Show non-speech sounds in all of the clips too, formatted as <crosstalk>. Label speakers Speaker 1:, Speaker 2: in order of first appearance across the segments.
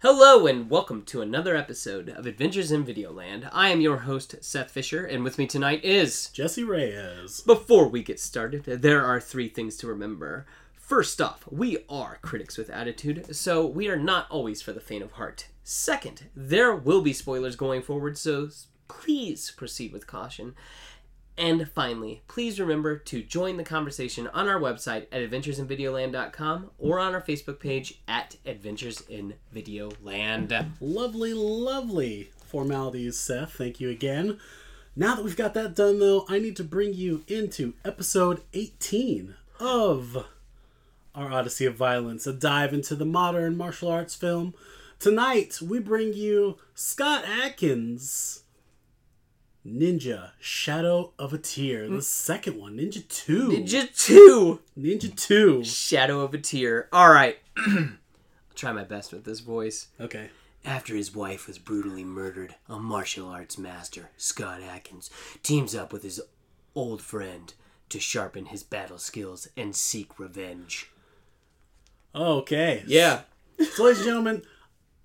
Speaker 1: Hello and welcome to another episode of Adventures in Videoland. I am your host Seth Fisher, and with me tonight is.
Speaker 2: Jesse Reyes.
Speaker 1: Before we get started, there are three things to remember. First off, we are critics with attitude, so we are not always for the faint of heart. Second, there will be spoilers going forward, so s- please proceed with caution. And finally, please remember to join the conversation on our website at adventuresinvideoland.com or on our Facebook page at Adventures in Videoland.
Speaker 2: Lovely, lovely formalities, Seth. Thank you again. Now that we've got that done, though, I need to bring you into episode 18 of our Odyssey of Violence, a dive into the modern martial arts film. Tonight, we bring you Scott Atkins' Ninja Shadow of a Tear, the second one, Ninja 2.
Speaker 1: Mm. Ninja 2!
Speaker 2: Ninja 2.
Speaker 1: Shadow of a Tear. All right. <clears throat> I'll try my best with this voice.
Speaker 2: Okay.
Speaker 1: After his wife was brutally murdered, a martial arts master, Scott Atkins, teams up with his old friend to sharpen his battle skills and seek revenge.
Speaker 2: Okay.
Speaker 1: Yeah.
Speaker 2: So, ladies and gentlemen,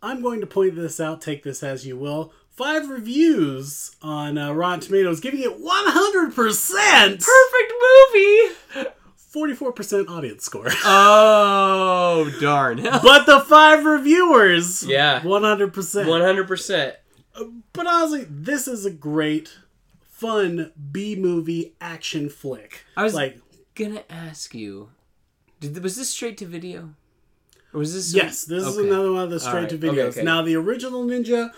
Speaker 2: I'm going to point this out. Take this as you will. Five reviews on uh, Rotten Tomatoes, giving it 100%,
Speaker 1: Perfect movie!
Speaker 2: 44% audience score. <laughs>
Speaker 1: Oh, <laughs> darn.
Speaker 2: but the five reviewers,
Speaker 1: Yeah.
Speaker 2: 100%.
Speaker 1: 100%.
Speaker 2: But honestly, this is a great, fun B movie action flick.
Speaker 1: I was-
Speaker 2: like,
Speaker 1: Gonna ask you, did, was this straight to video? Or was this.
Speaker 2: yes, this is
Speaker 1: Okay.
Speaker 2: another one of the straight to
Speaker 1: right. Okay,
Speaker 2: videos.
Speaker 1: okay.
Speaker 2: Now, the original Ninja.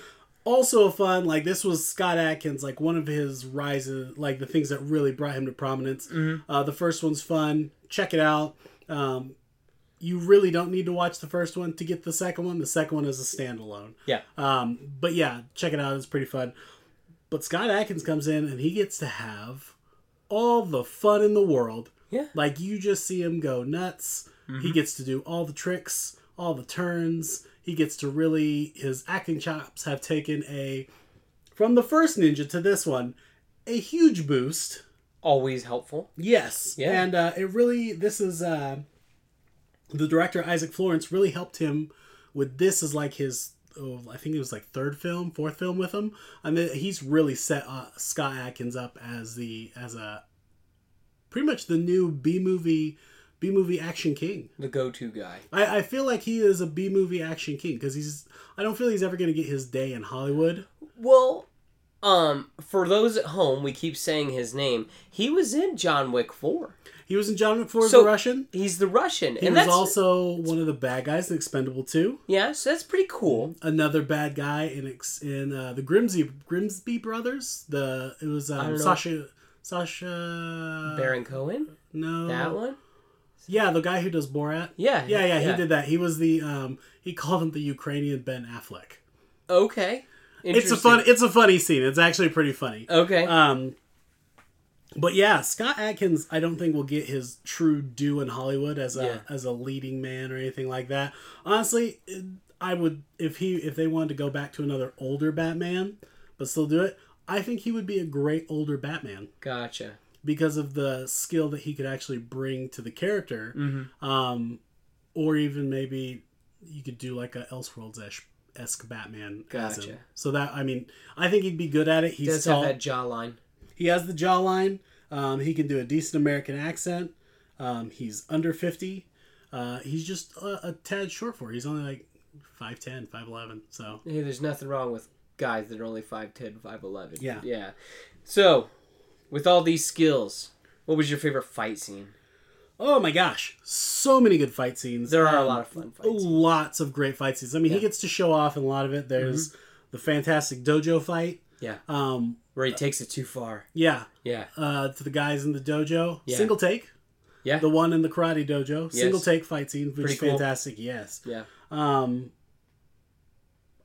Speaker 2: Also fun, like this was Scott Atkins, like one of his rises, like the things that really brought him to prominence.
Speaker 1: Mm-hmm.
Speaker 2: Uh, the first one's fun. Check it out. Um, you really don't need to watch the first one to get the second one. The second one is a standalone.
Speaker 1: Yeah.
Speaker 2: Um, but yeah, check it out. It's pretty fun. But Scott Atkins comes in and he gets to have all the fun in the world.
Speaker 1: Yeah.
Speaker 2: Like you just see him go nuts. He gets to do all the tricks, all the turns. He gets to really his acting chops have taken a from the first ninja to this one a huge boost.
Speaker 1: Always helpful.
Speaker 2: Yes.
Speaker 1: Yeah.
Speaker 2: And uh, it really, this is uh, the director Isaac Florence really helped him with this is like his. Oh, I think it was like third film, fourth film with him, and then he's really set uh, Scott Atkins up as the as a pretty much the new B movie B movie action king.
Speaker 1: The go to guy.
Speaker 2: I, I feel like he is a B movie action king because he's I don't feel he's ever gonna get his day in Hollywood.
Speaker 1: Well, um, for those at home, we keep saying his name. He was in John Wick Four.
Speaker 2: He was in John Wick Four as
Speaker 1: So-
Speaker 2: the Russian.
Speaker 1: He's the Russian,
Speaker 2: He
Speaker 1: and
Speaker 2: was
Speaker 1: that's
Speaker 2: also one of the bad guys in Expendable Two.
Speaker 1: yeah. So that's pretty cool.
Speaker 2: another bad guy in ex- in uh, the Grimsby Grimsby brothers. The it was
Speaker 1: don't know.
Speaker 2: um, Sasha Sasha
Speaker 1: Baron Cohen,
Speaker 2: No,
Speaker 1: that one.
Speaker 2: Yeah, the guy who does Borat.
Speaker 1: Yeah,
Speaker 2: Uh-huh. yeah, yeah.
Speaker 1: yeah.
Speaker 2: He did that. He was the um. He called him the Ukrainian Ben Affleck.
Speaker 1: Okay,
Speaker 2: It's a
Speaker 1: Interesting.
Speaker 2: fun. It's a funny scene. It's actually pretty funny.
Speaker 1: Okay,
Speaker 2: Um. But yeah, Scott Adkins, I don't think will get his true due in Hollywood as a
Speaker 1: Yeah.
Speaker 2: as a leading man or anything like that. Honestly, I would if he if they wanted to go back to another older Batman, but still do it. I think he would be a great older Batman
Speaker 1: gotcha.
Speaker 2: because of the skill that he could actually bring to the character, um, or even maybe you could do like a Elseworlds esque Batman. as him.
Speaker 1: Gotcha.
Speaker 2: So that I mean, I think he'd be good at it.
Speaker 1: He
Speaker 2: He's
Speaker 1: does
Speaker 2: tall.
Speaker 1: have that jawline.
Speaker 2: He has the jawline. Um, he can do a decent American accent. Um, he's under 50. Uh, he's just a, a tad short for. it. He's only like 5'10, 5'11. So,
Speaker 1: Hey, there's nothing wrong with guys that are only 5'10", 5'11".
Speaker 2: Yeah.
Speaker 1: yeah. So, with all these skills, what was your favorite fight scene?
Speaker 2: oh my gosh. So many good fight scenes.
Speaker 1: There are a
Speaker 2: Um,
Speaker 1: lot of fun fights.
Speaker 2: Lots of great fight scenes. I mean, he gets to show off in a lot of it. There's the fantastic dojo fight.
Speaker 1: Mm-hmm. Yeah,
Speaker 2: Um,
Speaker 1: where he takes it too far.
Speaker 2: yeah,
Speaker 1: Yeah,
Speaker 2: uh, to the guys in the dojo.
Speaker 1: Yeah.
Speaker 2: Single take.
Speaker 1: yeah,
Speaker 2: The one in the karate dojo. Single
Speaker 1: Yes.
Speaker 2: take fight scene, which
Speaker 1: Pretty
Speaker 2: is
Speaker 1: cool.
Speaker 2: fantastic. Yes.
Speaker 1: yeah.
Speaker 2: Um,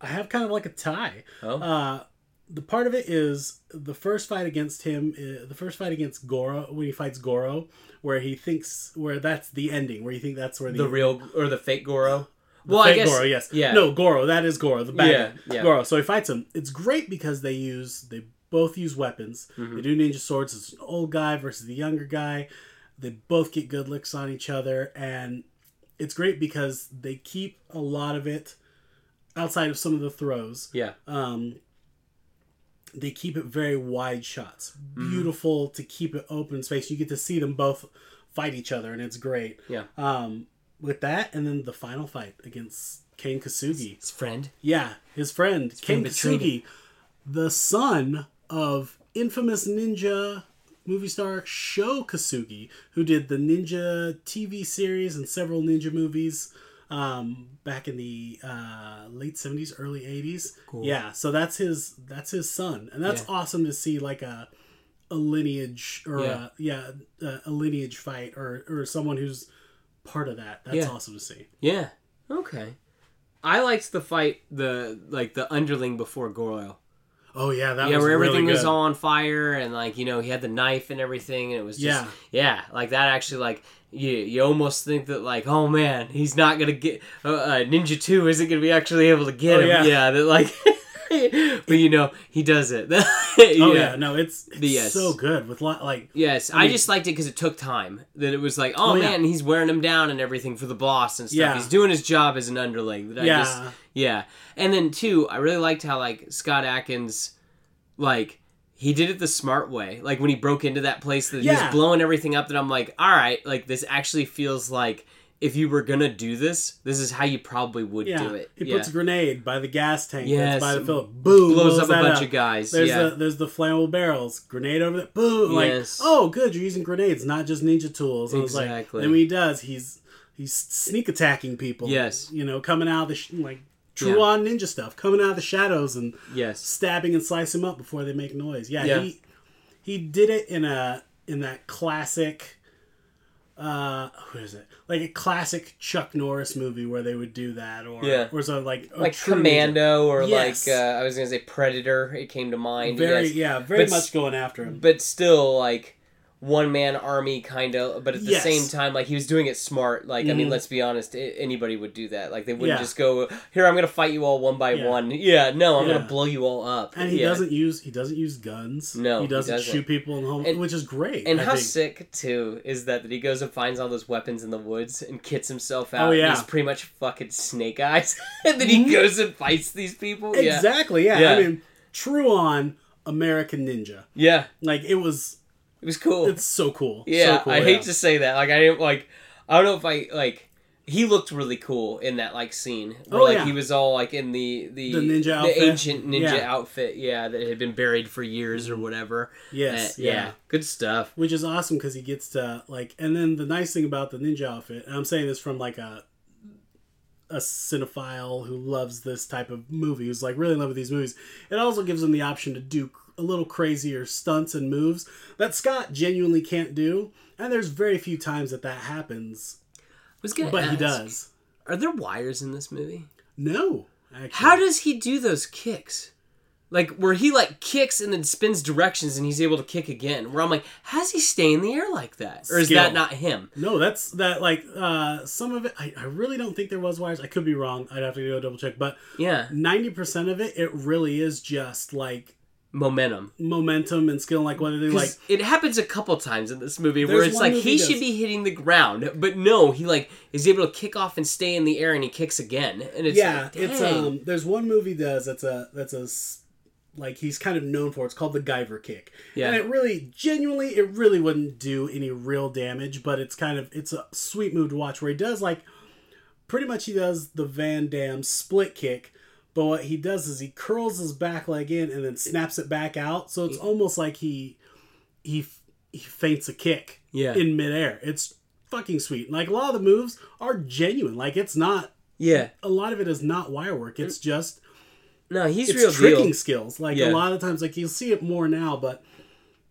Speaker 2: I have kind of like a tie.
Speaker 1: Oh,
Speaker 2: Uh, the part of it is the first fight against him, uh, the first fight against Goro when he fights Goro, where he thinks where that's the ending, where you think that's where the,
Speaker 1: the real or the fake Goro.
Speaker 2: the
Speaker 1: well, I
Speaker 2: fake
Speaker 1: guess
Speaker 2: Goro, yes,
Speaker 1: yeah.
Speaker 2: no Goro, that is Goro, the bad
Speaker 1: Yeah,
Speaker 2: guy.
Speaker 1: yeah.
Speaker 2: Goro. So he fights him. It's great because they use they both use weapons.
Speaker 1: Mm-hmm.
Speaker 2: They do ninja swords. It's an old guy versus the younger guy. They both get good licks on each other, and it's great because they keep a lot of it outside of some of the throws.
Speaker 1: Yeah.
Speaker 2: um, they keep it very wide shots. Beautiful to keep it open space. You get to see them both fight each other, and it's great.
Speaker 1: Yeah.
Speaker 2: Um, with that, and then the final fight against Kane Kasugi.
Speaker 1: His friend.
Speaker 2: Yeah, his friend Kane
Speaker 1: friend betrayed
Speaker 2: Kasugi, the son of infamous ninja movie star Sho Kasugi, who did the ninja TV series and several ninja movies um, back in the uh, late seventies, early eighties. Yeah, so that's his that's his son, and that's awesome to see like a a lineage or
Speaker 1: Yeah.
Speaker 2: a, yeah a, a lineage fight or or someone who's part of that. That's
Speaker 1: Yeah.
Speaker 2: awesome to see.
Speaker 1: Yeah. Okay. I liked the fight, the like the underling before Goroil.
Speaker 2: Oh yeah, that
Speaker 1: Yeah,
Speaker 2: was
Speaker 1: where
Speaker 2: really
Speaker 1: everything was
Speaker 2: good.
Speaker 1: all on fire and like you know he had the knife and everything and it was just
Speaker 2: Yeah.
Speaker 1: yeah, like that actually like you you almost think that like oh man he's not gonna get uh, uh, Ninja Two isn't gonna be actually able to get
Speaker 2: Oh,
Speaker 1: him
Speaker 2: yeah.
Speaker 1: yeah, that like <laughs> but you know he does it <laughs> yeah.
Speaker 2: Oh yeah, no, it's, it's
Speaker 1: Yes.
Speaker 2: so good with lot like
Speaker 1: Yes, I, just liked it because it took time. That it was like, oh,
Speaker 2: Oh, yeah.
Speaker 1: man, he's wearing him down and everything for the boss and stuff.
Speaker 2: Yeah.
Speaker 1: He's doing his job as an underling. That I just,
Speaker 2: Yeah.
Speaker 1: yeah. And then two, I really liked how like Scott Atkins, like he did it the smart way. Like when he broke into that place, that he
Speaker 2: Yeah.
Speaker 1: was blowing everything up. That I'm like, all right, like this actually feels like if you were gonna do this, this is how you probably would
Speaker 2: yeah,
Speaker 1: do it.
Speaker 2: he
Speaker 1: yeah.
Speaker 2: puts a grenade by the gas tank
Speaker 1: Yes,
Speaker 2: that's by the fill. Boom,
Speaker 1: blows up a
Speaker 2: that
Speaker 1: bunch of guys.
Speaker 2: There's
Speaker 1: yeah.
Speaker 2: the there's the flammable barrels, grenade over there. Boom,
Speaker 1: Yes.
Speaker 2: like oh good, you're using grenades, not just ninja tools. And It's like,
Speaker 1: Exactly.
Speaker 2: then when he does, he's he's sneak attacking people.
Speaker 1: Yes.
Speaker 2: you know, coming out of the sh- like
Speaker 1: Yeah.
Speaker 2: true on ninja stuff, coming out of the shadows and
Speaker 1: yes.
Speaker 2: stabbing and slicing them up before they make noise. Yeah,
Speaker 1: Yeah.
Speaker 2: he he did it in a in that classic uh who is it? Like a classic Chuck Norris movie where they would do that or
Speaker 1: Yeah.
Speaker 2: or so like a
Speaker 1: Like
Speaker 2: true-
Speaker 1: Commando or
Speaker 2: Yes.
Speaker 1: like uh, I was gonna say Predator. It came to mind.
Speaker 2: Very
Speaker 1: yes.
Speaker 2: yeah, very
Speaker 1: But s-
Speaker 2: much going after him.
Speaker 1: but still like one man army kind of but at the
Speaker 2: Yes. Mm-hmm.
Speaker 1: same time like he was doing it smart like i mean let's be honest a- anybody would do that like they wouldn't
Speaker 2: Yeah.
Speaker 1: just go here i'm gonna fight you all one by
Speaker 2: Yeah.
Speaker 1: one yeah no i'm
Speaker 2: Yeah.
Speaker 1: gonna blow you all up
Speaker 2: And he
Speaker 1: Yeah.
Speaker 2: doesn't use he doesn't use guns.
Speaker 1: No,
Speaker 2: he
Speaker 1: he
Speaker 2: doesn't,
Speaker 1: doesn't.
Speaker 2: shoot people in the home,
Speaker 1: And-
Speaker 2: which is great.
Speaker 1: and
Speaker 2: I
Speaker 1: how
Speaker 2: think.
Speaker 1: sick too is that that he goes and finds all those weapons in the woods and kits himself out
Speaker 2: Oh,
Speaker 1: and
Speaker 2: yeah. Mm-hmm.
Speaker 1: he's pretty much fucking snake eyes <laughs> and then he goes and fights these people yeah
Speaker 2: exactly? Yeah. I
Speaker 1: Yeah.
Speaker 2: mean, true on American Ninja.
Speaker 1: yeah
Speaker 2: Like it was,
Speaker 1: it was cool
Speaker 2: it's so cool.
Speaker 1: Yeah,
Speaker 2: so cool,
Speaker 1: I
Speaker 2: yeah.
Speaker 1: hate to say that. Like I didn't like. I don't know if I like. He looked really cool in that like scene. Where,
Speaker 2: Oh,
Speaker 1: like
Speaker 2: yeah.
Speaker 1: he was all like in the the,
Speaker 2: The ninja outfit.
Speaker 1: ancient ninja
Speaker 2: Yeah.
Speaker 1: outfit. Yeah, that had been buried for years or whatever.
Speaker 2: Yes,
Speaker 1: Uh, yeah.
Speaker 2: yeah.
Speaker 1: good stuff.
Speaker 2: which is awesome because he gets to like and then the nice thing about the ninja outfit and i'm saying this from like a a cinephile who loves this type of movie who's like really in love with these movies it also gives him the option to do a little crazier stunts and moves that scott genuinely can't do and there's very few times that that happens
Speaker 1: Was gonna
Speaker 2: but he
Speaker 1: ask,
Speaker 2: does
Speaker 1: Are there wires in this movie?
Speaker 2: no actually
Speaker 1: How does he do those kicks? Like where he like kicks and then spins directions and he's able to kick again. Where I'm like, how's he stay in the air like that? Or is
Speaker 2: Skill.
Speaker 1: that not him?
Speaker 2: No, that's that like uh some of it I, I really don't think there was wires. I could be wrong. I'd have to go double check, but
Speaker 1: Yeah,
Speaker 2: 90% of it it really is just like
Speaker 1: momentum.
Speaker 2: momentum and skill, like whether they like.
Speaker 1: Because it happens a couple times in this movie
Speaker 2: There's
Speaker 1: where it's
Speaker 2: one
Speaker 1: like
Speaker 2: movie
Speaker 1: he
Speaker 2: does-
Speaker 1: should be hitting the ground, but no, he like is able to kick off and stay in the air, and he kicks again, and it's
Speaker 2: Yeah,
Speaker 1: like,
Speaker 2: it's
Speaker 1: dang.
Speaker 2: um. There's one movie does that's a that's a s- like he's kind of known for. It's called the Guyver Kick.
Speaker 1: Yeah.
Speaker 2: and it really, genuinely, it really wouldn't do any real damage, but it's kind of it's a sweet move to watch where he does like pretty much he does the Van Dam split kick. But what he does is he curls his back leg in and then snaps it back out. So
Speaker 1: Mm.
Speaker 2: it's almost like he he f- he feints a kick.
Speaker 1: yeah,
Speaker 2: in midair. It's fucking sweet. Like a lot of the moves are genuine. Like it's not
Speaker 1: yeah.
Speaker 2: a lot of it is not wire work. It's just
Speaker 1: No, he's
Speaker 2: it's
Speaker 1: real
Speaker 2: tricking
Speaker 1: deal.
Speaker 2: skills. Like
Speaker 1: Yeah.
Speaker 2: a lot of times, like you'll see it more now, but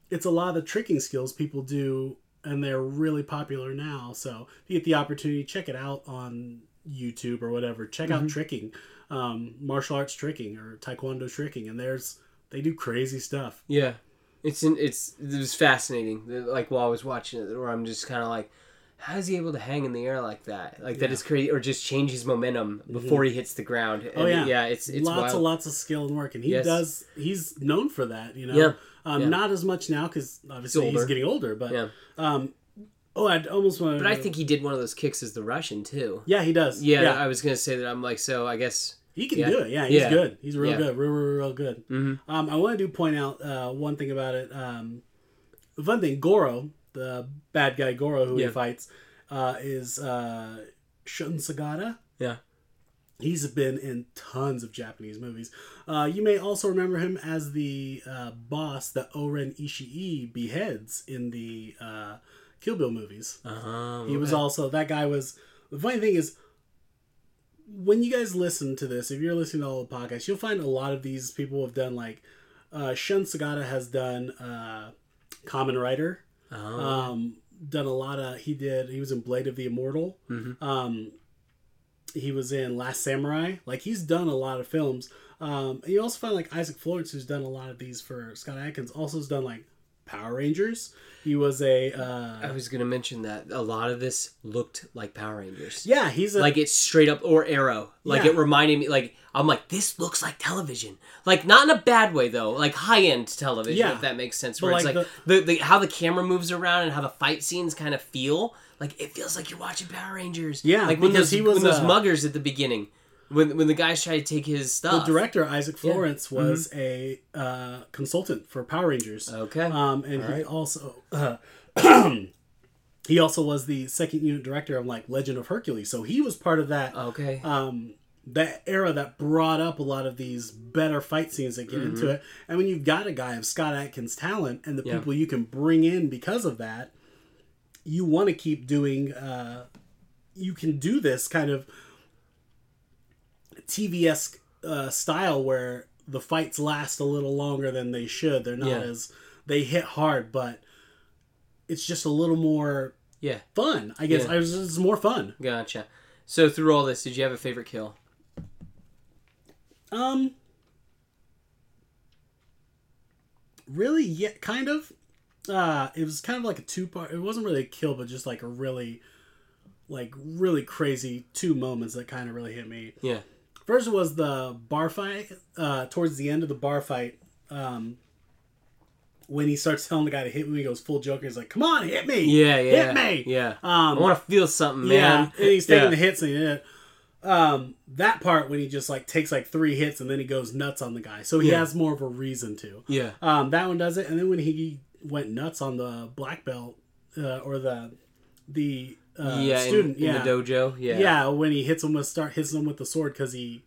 Speaker 2: it's a lot of the tricking skills people do, and they're really popular now. So if you get the opportunity, check it out on YouTube or whatever. Check
Speaker 1: Mm-hmm.
Speaker 2: out tricking, um, martial arts tricking or taekwondo tricking, and there's they do crazy stuff.
Speaker 1: Yeah, it's in, it's it was fascinating. the- Like while I was watching it, where I'm just kind of like, how is he able to hang in the air like that? Like that is crazy, or just change his momentum before he hits the ground. And,
Speaker 2: Mm-hmm. Oh, yeah.
Speaker 1: it's it's
Speaker 2: lots
Speaker 1: wild.
Speaker 2: and lots of skill and work, and he
Speaker 1: Yes.
Speaker 2: does. He's known for that, you know.
Speaker 1: Yeah.
Speaker 2: Um,
Speaker 1: Yeah.
Speaker 2: Not as much now because obviously he's,
Speaker 1: older.
Speaker 2: getting older, but
Speaker 1: Yeah.
Speaker 2: um, oh, I almost want.
Speaker 1: But I think he did one of those kicks as the Russian too.
Speaker 2: yeah, he does.
Speaker 1: Yeah, I was gonna say that I'm like, so I guess
Speaker 2: He can
Speaker 1: Yeah.
Speaker 2: do it. Yeah, he's
Speaker 1: Yeah.
Speaker 2: good. He's real
Speaker 1: Yeah.
Speaker 2: good. Real, real, real good.
Speaker 1: Mhm.
Speaker 2: Um, I wanted to point out uh, one thing about it. Um, one thing, Goro, the bad guy Goro who
Speaker 1: Yeah.
Speaker 2: he fights, uh, is uh, Shun Sagata.
Speaker 1: Yeah.
Speaker 2: He's been in tons of Japanese movies. Uh, you may also remember him as the uh, boss that Oren Ishii beheads in the uh, Kill Bill movies.
Speaker 1: Uh-huh,
Speaker 2: He was
Speaker 1: okay.
Speaker 2: also that guy was the funny thing is when you guys listen to this, if you're listening to all the podcasts, you'll find a lot of these people have done like uh Shun Sagata has done uh Common Writer.
Speaker 1: Uh-huh.
Speaker 2: Um done a lot of he did he was in Blade of the Immortal.
Speaker 1: Mhm.
Speaker 2: Um he was in Last Samurai. Like he's done a lot of films. Um and you also find like Isaac Florence who's done a lot of these for Scott Adkins also has done like Power Rangers. He was a uh
Speaker 1: I was gonna mention that a lot of this looked like Power Rangers.
Speaker 2: yeah, he's a
Speaker 1: Like it's straight up or Arrow. Like
Speaker 2: Yeah.
Speaker 1: it reminded me. Like I'm like this looks like television. Like not in a bad way though. Like high end television.
Speaker 2: Yeah.
Speaker 1: If that makes sense.
Speaker 2: But
Speaker 1: Where it's
Speaker 2: like
Speaker 1: like the, the, how the camera moves around and how the fight scenes kind of feel. Like it feels like you're watching Power Rangers.
Speaker 2: Yeah,
Speaker 1: Like when
Speaker 2: because
Speaker 1: those
Speaker 2: he was,
Speaker 1: when those
Speaker 2: uh,
Speaker 1: muggers at the beginning, when when the guys try to take his
Speaker 2: the
Speaker 1: stuff.
Speaker 2: director Isaac Florence was a uh, consultant for Power Rangers.
Speaker 1: Okay.
Speaker 2: Um, and he
Speaker 1: Uh, Alright.
Speaker 2: also <clears throat> uh, he also was the second unit director of like Legend of Hercules. So he was part of that
Speaker 1: okay.
Speaker 2: um, that era that brought up a lot of these better fight scenes that get into it. And when you've got a guy of Scott Atkins' talent and the
Speaker 1: Mm-hmm. Yeah.
Speaker 2: people you can bring in because of that, you want to keep doing. Uh, you can do this kind of TV esque uh, style where the fights last a little longer than they should. They're not
Speaker 1: Yeah.
Speaker 2: as they hit hard, but it's just a little more
Speaker 1: yeah.
Speaker 2: fun. I guess
Speaker 1: Yeah.
Speaker 2: I was it's more fun.
Speaker 1: Gotcha. So through all this, did you have a favorite kill?
Speaker 2: Um, really, yeah, kind of. Uh, it was kind of like a two part. It wasn't really a kill, but just like a really, like really crazy two moments that kind of really hit me.
Speaker 1: Yeah.
Speaker 2: First was the bar fight. Uh, towards the end of the bar fight, um, when he starts telling the guy to hit me, he goes full Joker. He's like, "Come on, hit me!
Speaker 1: Yeah. Yeah.
Speaker 2: hit me!"
Speaker 1: Yeah. I
Speaker 2: Um,
Speaker 1: want to feel something, man.
Speaker 2: yeah, and he's taking
Speaker 1: Yeah.
Speaker 2: the hits and it. Um, that part when he just like takes like three hits and then he goes nuts on the guy, so he
Speaker 1: Yeah.
Speaker 2: has more of a reason to.
Speaker 1: Yeah.
Speaker 2: Um, that one does it, and then when he went nuts on the black belt uh, or the the uh,
Speaker 1: yeah, in-
Speaker 2: student,
Speaker 1: in,
Speaker 2: yeah,
Speaker 1: the dojo. Yeah.
Speaker 2: yeah, when he hits him with start hits him with the sword because he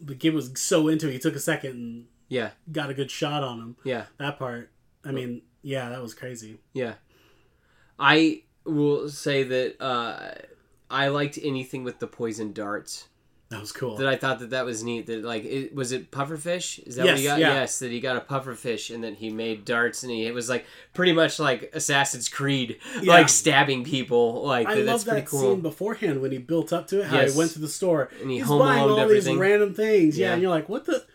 Speaker 2: the kid was so into it, he took a second and
Speaker 1: Yeah.
Speaker 2: got a good shot on him.
Speaker 1: Yeah.
Speaker 2: That part, I mean, yeah, that was crazy.
Speaker 1: Yeah. I will say that uh, I liked anything with the poison darts.
Speaker 2: That was cool.
Speaker 1: That I thought that that was neat. That like, it, was it pufferfish? Is that what he
Speaker 2: Yes,
Speaker 1: got?
Speaker 2: yeah.
Speaker 1: Yes, that he got a pufferfish, and then he made darts, and he it was like pretty much like Assassin's Creed,
Speaker 2: Yeah.
Speaker 1: like stabbing people. Like
Speaker 2: I
Speaker 1: that,
Speaker 2: love
Speaker 1: that's pretty
Speaker 2: that
Speaker 1: cool.
Speaker 2: scene beforehand when he built up to it. How
Speaker 1: Yes.
Speaker 2: he went to the store
Speaker 1: And he
Speaker 2: he's
Speaker 1: Home
Speaker 2: buying
Speaker 1: Alone'd
Speaker 2: all
Speaker 1: everything.
Speaker 2: these random things. Yeah.
Speaker 1: Yeah.
Speaker 2: and you're like, what the?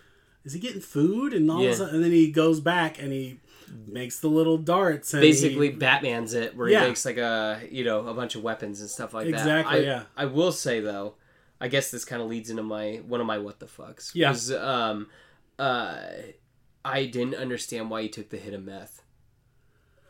Speaker 2: Is he getting food and all? of a
Speaker 1: Yeah.
Speaker 2: sudden- and then he goes back and he makes the little darts. And he-
Speaker 1: basically Batman's it, where
Speaker 2: Yeah.
Speaker 1: he makes like a you know a bunch of weapons and stuff like that. I,
Speaker 2: Exactly, yeah.
Speaker 1: I will say though, I guess this kind of leads into my one of my what the fucks.
Speaker 2: Yeah.
Speaker 1: Was, um, uh, I didn't understand why he took the hit of meth.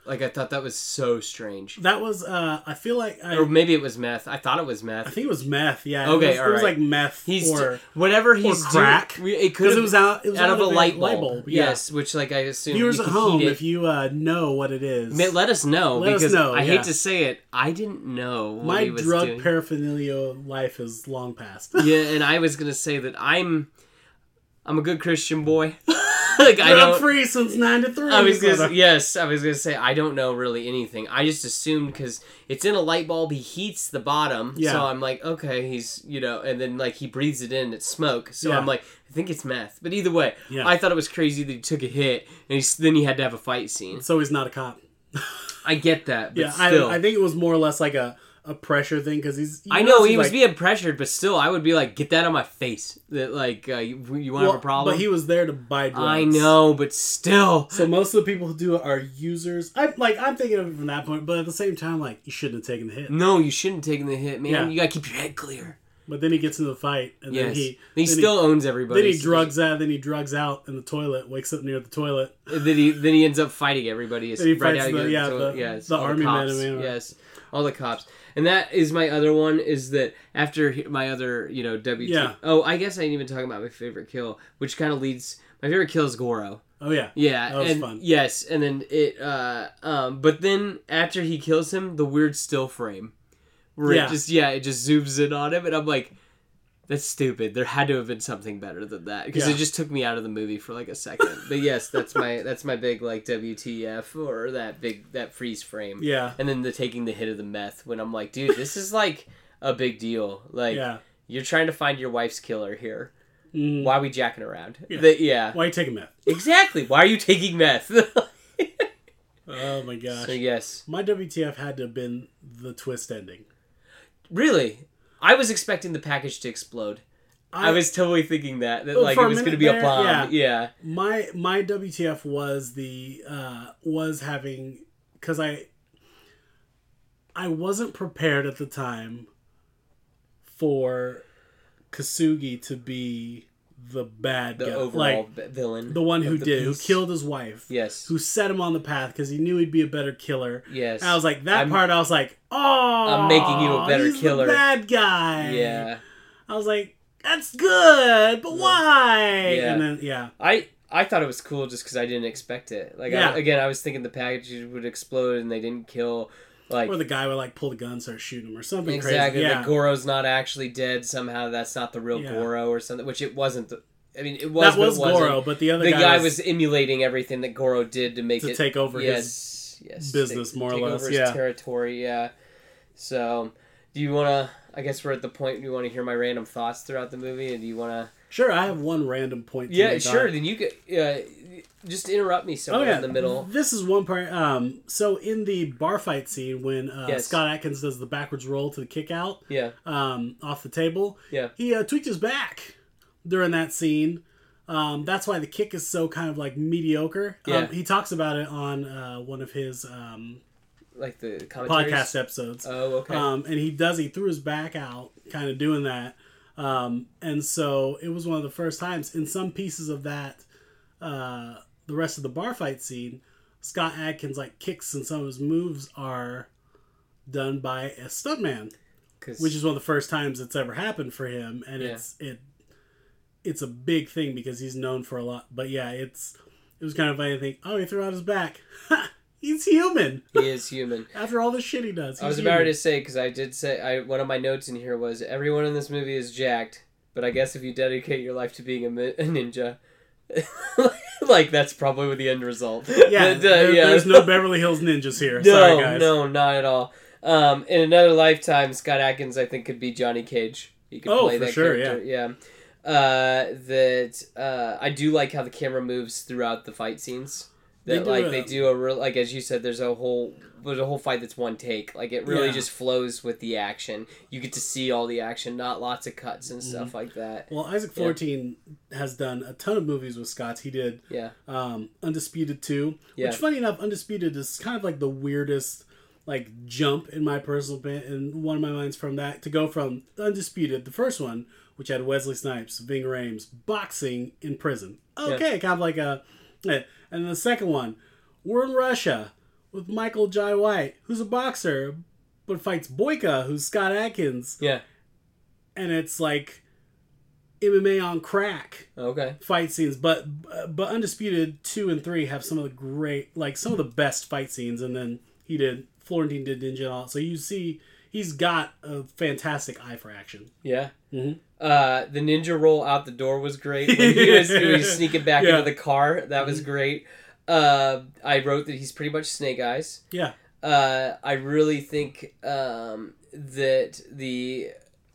Speaker 1: Like I thought that was so strange.
Speaker 2: that was. uh I feel like I,
Speaker 1: Or maybe it was meth. I thought it was
Speaker 2: I <laughs>
Speaker 1: meth.
Speaker 2: think it was meth. Yeah.
Speaker 1: Okay,
Speaker 2: It was, it was
Speaker 1: alright.
Speaker 2: like meth
Speaker 1: He's
Speaker 2: or
Speaker 1: whatever he's
Speaker 2: crack.
Speaker 1: Doing, it could
Speaker 2: because
Speaker 1: have
Speaker 2: it was out. It was
Speaker 1: out, of a light bulb.
Speaker 2: Yeah.
Speaker 1: Yes, which like I assume
Speaker 2: Viewers
Speaker 1: you
Speaker 2: at
Speaker 1: could
Speaker 2: home,
Speaker 1: heat it.
Speaker 2: if you uh, know what it is,
Speaker 1: Ma- Let us know
Speaker 2: Let us
Speaker 1: because
Speaker 2: know,
Speaker 1: I
Speaker 2: yeah.
Speaker 1: hate to say it, I didn't know what
Speaker 2: my
Speaker 1: he was
Speaker 2: drug
Speaker 1: doing.
Speaker 2: paraphernalia life is long past.
Speaker 1: yeah, and I was gonna say that I'm, I'm a good Christian
Speaker 2: <laughs>
Speaker 1: boy. like <laughs> I
Speaker 2: I'm
Speaker 1: don't.
Speaker 2: free since nine to three.
Speaker 1: I was
Speaker 2: so
Speaker 1: gonna say, yes, I was gonna say I don't know really anything. I just assumed because it's in a light bulb, he heats the bottom,
Speaker 2: Yeah.
Speaker 1: so I'm like, okay, he's you know, and then like he breathes it in, it's smoke, so
Speaker 2: Yeah.
Speaker 1: I'm like, I think it's meth. But either way,
Speaker 2: Yeah.
Speaker 1: I thought it was crazy that he took a hit, and he's, then he had to have a fight scene.
Speaker 2: so he's not a cop.
Speaker 1: I get that, but
Speaker 2: Yeah,
Speaker 1: still,
Speaker 2: I, I think it was more or less like a, a pressure thing because he's. you
Speaker 1: I know
Speaker 2: notice
Speaker 1: he
Speaker 2: he's
Speaker 1: was
Speaker 2: like-
Speaker 1: being pressured, but still, I would be like, get that on my face. That like uh, you, you want to
Speaker 2: well,
Speaker 1: have a problem.
Speaker 2: but he was there to buy drugs.
Speaker 1: I know, but still,
Speaker 2: So most of the people who do it are users. I'm like I'm thinking of it from that point, but at the same time, like you shouldn't have taken the hit.
Speaker 1: no, you shouldn't take the hit, man.
Speaker 2: Yeah.
Speaker 1: You gotta keep your head clear.
Speaker 2: But then he gets into the fight, and
Speaker 1: Yes,
Speaker 2: then he
Speaker 1: he
Speaker 2: then
Speaker 1: still owns everybody.
Speaker 2: then he
Speaker 1: so- <laughs>
Speaker 2: drugs out, then he drugs out in the toilet, wakes up near the toilet.
Speaker 1: Then he then he ends up fighting everybody. Is
Speaker 2: Then he
Speaker 1: right
Speaker 2: fights
Speaker 1: out
Speaker 2: the-
Speaker 1: against
Speaker 2: yeah,
Speaker 1: the-
Speaker 2: the-
Speaker 1: yes,
Speaker 2: the
Speaker 1: all
Speaker 2: army men
Speaker 1: cops,
Speaker 2: and whatever.
Speaker 1: Yes, all the cops. And that is my other one is that after he- my other, you know, WT.
Speaker 2: Yeah.
Speaker 1: Oh, I guess I didn't even talk about my favorite kill, which kind of leads. My favorite kill is Goro.
Speaker 2: Oh yeah.
Speaker 1: Yeah,
Speaker 2: That was
Speaker 1: and
Speaker 2: fun.
Speaker 1: yes, and then it. Uh, um, but then after he kills him, the weird still frame, where
Speaker 2: Yeah.
Speaker 1: it just yeah, it just zooms in on him, and I'm like, that's stupid. There had to have been something better than that because
Speaker 2: Yeah.
Speaker 1: it just took me out of the movie for like a second. but yes, that's my <laughs> that's my big like WTF or that big that freeze frame.
Speaker 2: Yeah.
Speaker 1: and then the taking the hit of the meth when I'm like, dude, this is like a big deal. Like
Speaker 2: Yeah.
Speaker 1: you're trying to find your wife's killer here.
Speaker 2: Mm.
Speaker 1: Why are we jacking around?
Speaker 2: Yeah.
Speaker 1: The- yeah.
Speaker 2: Why you taking meth?
Speaker 1: Exactly. Why are you taking meth? <laughs>
Speaker 2: Oh my gosh.
Speaker 1: so yes,
Speaker 2: My WTF had to have been the twist ending.
Speaker 1: really, I was expecting the package to explode. I, was totally thinking that that
Speaker 2: Well,
Speaker 1: like
Speaker 2: for
Speaker 1: it
Speaker 2: a
Speaker 1: was going to
Speaker 2: minute
Speaker 1: be a
Speaker 2: there,
Speaker 1: bomb.
Speaker 2: yeah.
Speaker 1: Yeah.
Speaker 2: my my WTF was the uh was having cuz I I wasn't prepared at the time for Kasugi to be the bad
Speaker 1: the
Speaker 2: guy.
Speaker 1: overall
Speaker 2: like
Speaker 1: vi- villain,
Speaker 2: the one who
Speaker 1: of the
Speaker 2: did who
Speaker 1: piece.
Speaker 2: killed his wife
Speaker 1: Yes,
Speaker 2: who set him on the path cuz he knew he'd be a better killer.
Speaker 1: yes.
Speaker 2: And I was like that
Speaker 1: I'm-
Speaker 2: part I was like, "Oh,
Speaker 1: I'm making you a better
Speaker 2: he's the
Speaker 1: killer."
Speaker 2: bad guy."
Speaker 1: yeah.
Speaker 2: I was like, that's good, but why?
Speaker 1: Yeah.
Speaker 2: And then yeah,
Speaker 1: I I thought it was cool just because I didn't expect it. Like
Speaker 2: Yeah.
Speaker 1: I, again, I was thinking the package would explode and they didn't kill. Like
Speaker 2: or the guy would like pull the gun, and start shooting him, or something
Speaker 1: exactly,
Speaker 2: crazy. Yeah,
Speaker 1: like Goro's not actually dead. Somehow that's not the real
Speaker 2: Yeah.
Speaker 1: Goro or something. Which it wasn't. The, I mean, it was.
Speaker 2: that
Speaker 1: but
Speaker 2: was
Speaker 1: it wasn't.
Speaker 2: Goro, but the other
Speaker 1: the
Speaker 2: guy, was,
Speaker 1: emulating everything that Goro did to make
Speaker 2: to
Speaker 1: it
Speaker 2: take over his.
Speaker 1: yes, yes,
Speaker 2: business,
Speaker 1: take-
Speaker 2: more or
Speaker 1: take
Speaker 2: less,
Speaker 1: over his
Speaker 2: yeah.
Speaker 1: territory. Yeah. So, do you want to? I guess we're at the point. Do you want to hear my random thoughts throughout the movie, and do you want to?
Speaker 2: Sure, I have one random point. To
Speaker 1: Yeah,
Speaker 2: make on-
Speaker 1: sure. Then you could uh, just interrupt me
Speaker 2: Oh
Speaker 1: somewhere
Speaker 2: yeah,
Speaker 1: in the middle.
Speaker 2: This is one part. Um, so in the bar fight scene when uh,
Speaker 1: Yes.
Speaker 2: Scott Atkins does the backwards roll to the kick out,
Speaker 1: Yeah,
Speaker 2: um, off the table.
Speaker 1: Yeah.
Speaker 2: He uh, tweaked his back during that scene. Um, that's why the kick is so kind of like mediocre.
Speaker 1: Yeah.
Speaker 2: Um, he talks about it on uh, one of his um,
Speaker 1: like the commentaries.
Speaker 2: podcast episodes.
Speaker 1: Oh, okay.
Speaker 2: Um, and he does, he threw his back out kind of doing that. Um, and so it was one of the first times in some pieces of that, uh, the rest of the bar fight scene, Scott Adkins like kicks and some of his moves are done by a stuntman
Speaker 1: 'Cause-
Speaker 2: which is one of the first times it's ever happened for him and
Speaker 1: Yeah.
Speaker 2: it's it it's a big thing because he's known for a lot but yeah it's it was kind of funny to think oh he threw out his back <laughs> Ha! he's human
Speaker 1: he is
Speaker 2: <laughs>
Speaker 1: human.
Speaker 2: after all the shit he does he's
Speaker 1: I was
Speaker 2: human.
Speaker 1: about to say because I did say I one of my notes in here was everyone in this movie is jacked, but I guess if you dedicate your life to being a, mi- a ninja, <laughs> like that's probably the end result.
Speaker 2: yeah,
Speaker 1: But, uh,
Speaker 2: there-
Speaker 1: yeah.
Speaker 2: there's no beverly hills ninjas here
Speaker 1: <laughs> no,
Speaker 2: sorry guys
Speaker 1: no, not at all. Um, in another lifetime, Scott Atkins I think could be Johnny Cage. He could
Speaker 2: Oh,
Speaker 1: play
Speaker 2: for
Speaker 1: that
Speaker 2: sure,
Speaker 1: character. Yeah. Uh, that uh, I do like how the camera moves throughout the fight scenes.
Speaker 2: They
Speaker 1: That
Speaker 2: do uh,
Speaker 1: like
Speaker 2: a-
Speaker 1: they do a real like as you said, there's a whole there's a whole fight that's one take. Like it really
Speaker 2: Yeah.
Speaker 1: just flows with the action. You get to see all the action, not lots of cuts
Speaker 2: Mm-hmm.
Speaker 1: and stuff like that.
Speaker 2: well isaac 14 has done a ton of movies with scott's he did
Speaker 1: Yeah,
Speaker 2: um, Undisputed 2.
Speaker 1: Yeah.
Speaker 2: Which, funny enough, Undisputed is kind of like the weirdest like jump in my personal opinion, and one of my minds from that to go from Undisputed, the first one, which had Wesley Snipes, Ving Rhames, boxing in prison. Okay, kind of like a. eh. And the second one, we're in Russia with Michael Jai White, who's a boxer, but fights Boyka, who's Scott Adkins,
Speaker 1: yeah,
Speaker 2: and it's like MMA on crack
Speaker 1: okay,
Speaker 2: fight scenes, but but undisputed two and three have some of the great, like some of the best fight scenes. And then he did Florentine did Ninja and all. So you see, he's got a fantastic eye for action.
Speaker 1: yeah.
Speaker 2: Mhm.
Speaker 1: Uh, the ninja roll out the door was great.
Speaker 2: <laughs>
Speaker 1: When he was, when he was sneaking back
Speaker 2: Yeah. Mm-hmm.
Speaker 1: into the car, that was great. Uh, I wrote that he's pretty much Snake Eyes.
Speaker 2: Yeah,
Speaker 1: uh, I really think um, that the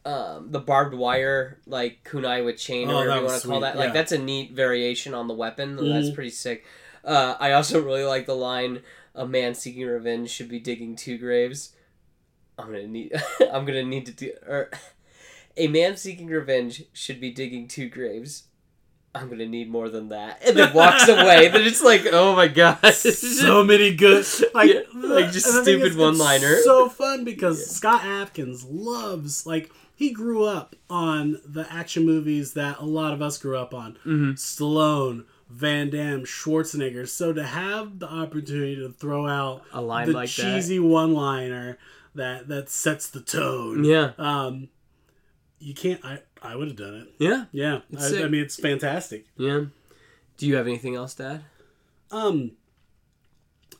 Speaker 1: um, the barbed wire like kunai with chain or
Speaker 2: Oh,
Speaker 1: whatever
Speaker 2: that
Speaker 1: you
Speaker 2: was
Speaker 1: want to call
Speaker 2: sweet,
Speaker 1: that
Speaker 2: yeah.
Speaker 1: like that's a neat variation on the weapon and that's
Speaker 2: Mhm.
Speaker 1: pretty sick. Uh, I also really like the line a man seeking revenge should be digging two graves. I'm gonna need I'm gonna need to do or <laughs> a man seeking revenge should be digging two graves. I'm gonna need more than that, and then walks
Speaker 2: <laughs>
Speaker 1: away. then it's like, oh my god, <laughs>
Speaker 2: so many good, like
Speaker 1: Yeah, like just
Speaker 2: and the thing
Speaker 1: stupid
Speaker 2: is, it's
Speaker 1: one-liner.
Speaker 2: So fun because Scott Atkins loves like he grew up on the action movies that a lot of us grew up on.
Speaker 1: Mhm.
Speaker 2: Stallone. Van Damme, Schwarzenegger. So to have the opportunity to throw out
Speaker 1: a line
Speaker 2: the
Speaker 1: like that.
Speaker 2: cheesy one liner that that sets the tone.
Speaker 1: Yeah.
Speaker 2: Um, you can't. I I would have done it.
Speaker 1: Yeah.
Speaker 2: Yeah. I,
Speaker 1: sick.
Speaker 2: I mean, it's fantastic.
Speaker 1: Yeah. Do you have anything else, Dad?
Speaker 2: Um,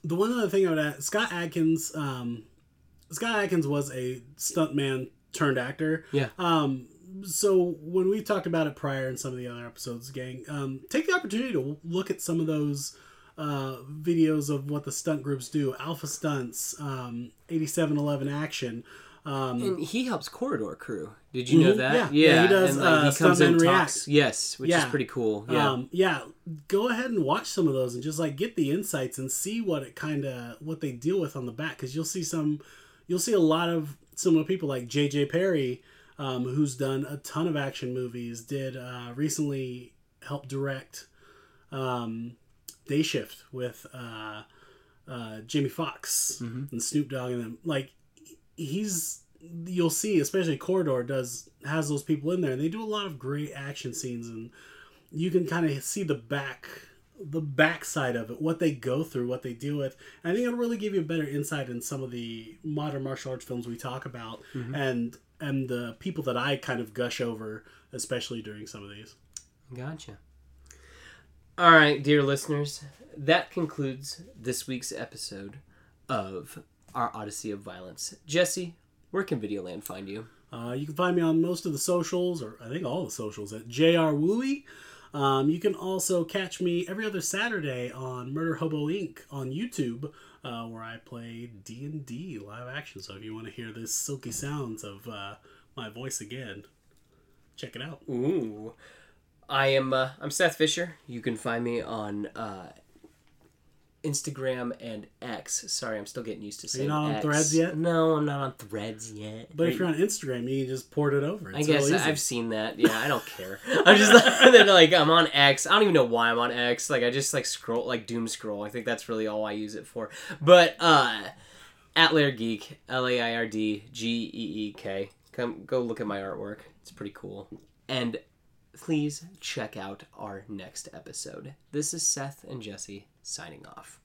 Speaker 2: the one other thing I would add, Scott Adkins, um, Scott Adkins was a stuntman turned actor.
Speaker 1: Yeah.
Speaker 2: Um, so when we talked about it prior in some of the other episodes, gang, um, take the opportunity to look at some of those uh, videos of what the stunt groups do. Alpha stunts, um, eighty-seven eleven action. Um,
Speaker 1: And he helps Corridor Crew. Did you know
Speaker 2: Mhm.
Speaker 1: that?
Speaker 2: Yeah. Yeah, he does,
Speaker 1: And,
Speaker 2: uh, Stuntman React.
Speaker 1: talks- Yes, which
Speaker 2: Yeah.
Speaker 1: is pretty cool. Yeah.
Speaker 2: Um, yeah, go ahead and watch some of those and just like get the insights and see what it kind of what they deal with on the back because you'll see some, you'll see a lot of similar people like J.J. Perry, um, who's done a ton of action movies. Did uh, recently help direct um, Day Shift with uh, uh, Jamie Foxx
Speaker 1: Mm-hmm.
Speaker 2: and Snoop Dogg and them. Like he's you'll see especially corridor does has those people in there and they do a lot of great action scenes and you can kind of see the back the backside of it what they go through what they deal with and i think it'll really give you a better insight in some of the modern martial arts films we talk about and and the people that i kind of gush over especially during some of these
Speaker 1: Gotcha. All right, dear listeners, that concludes this week's episode of our Odyssey of Violence. Jesse, where can Videoland find you?
Speaker 2: Uh, you can find me on most of the socials, or I think all the socials, at JR Wooey. Um, you can also catch me every other Saturday on Murder Hobo Inc. on YouTube, uh, where I play D and D live action. So if you want to hear the silky sounds of uh, my voice again, check it out.
Speaker 1: Ooh, I am. Uh, I'm Seth Fisher. You can find me on uh, Instagram and X. Sorry, I'm still getting used to saying.
Speaker 2: not on
Speaker 1: X.
Speaker 2: Threads yet?
Speaker 1: No, I'm not on Threads yet.
Speaker 2: But if you're on Instagram, you can just port it over. It's
Speaker 1: I guess
Speaker 2: real easy.
Speaker 1: I've seen that. Yeah, I don't care. I'm just like, <laughs> then, like I'm on X. I don't even know why I'm on X. Like I just like scroll like doom scroll. I think that's really all I use it for. But uh at Lair Geek, L A I R D G E E K. Come go look at my artwork. It's pretty cool. And please check out our next episode. This is Seth and Jesse signing off.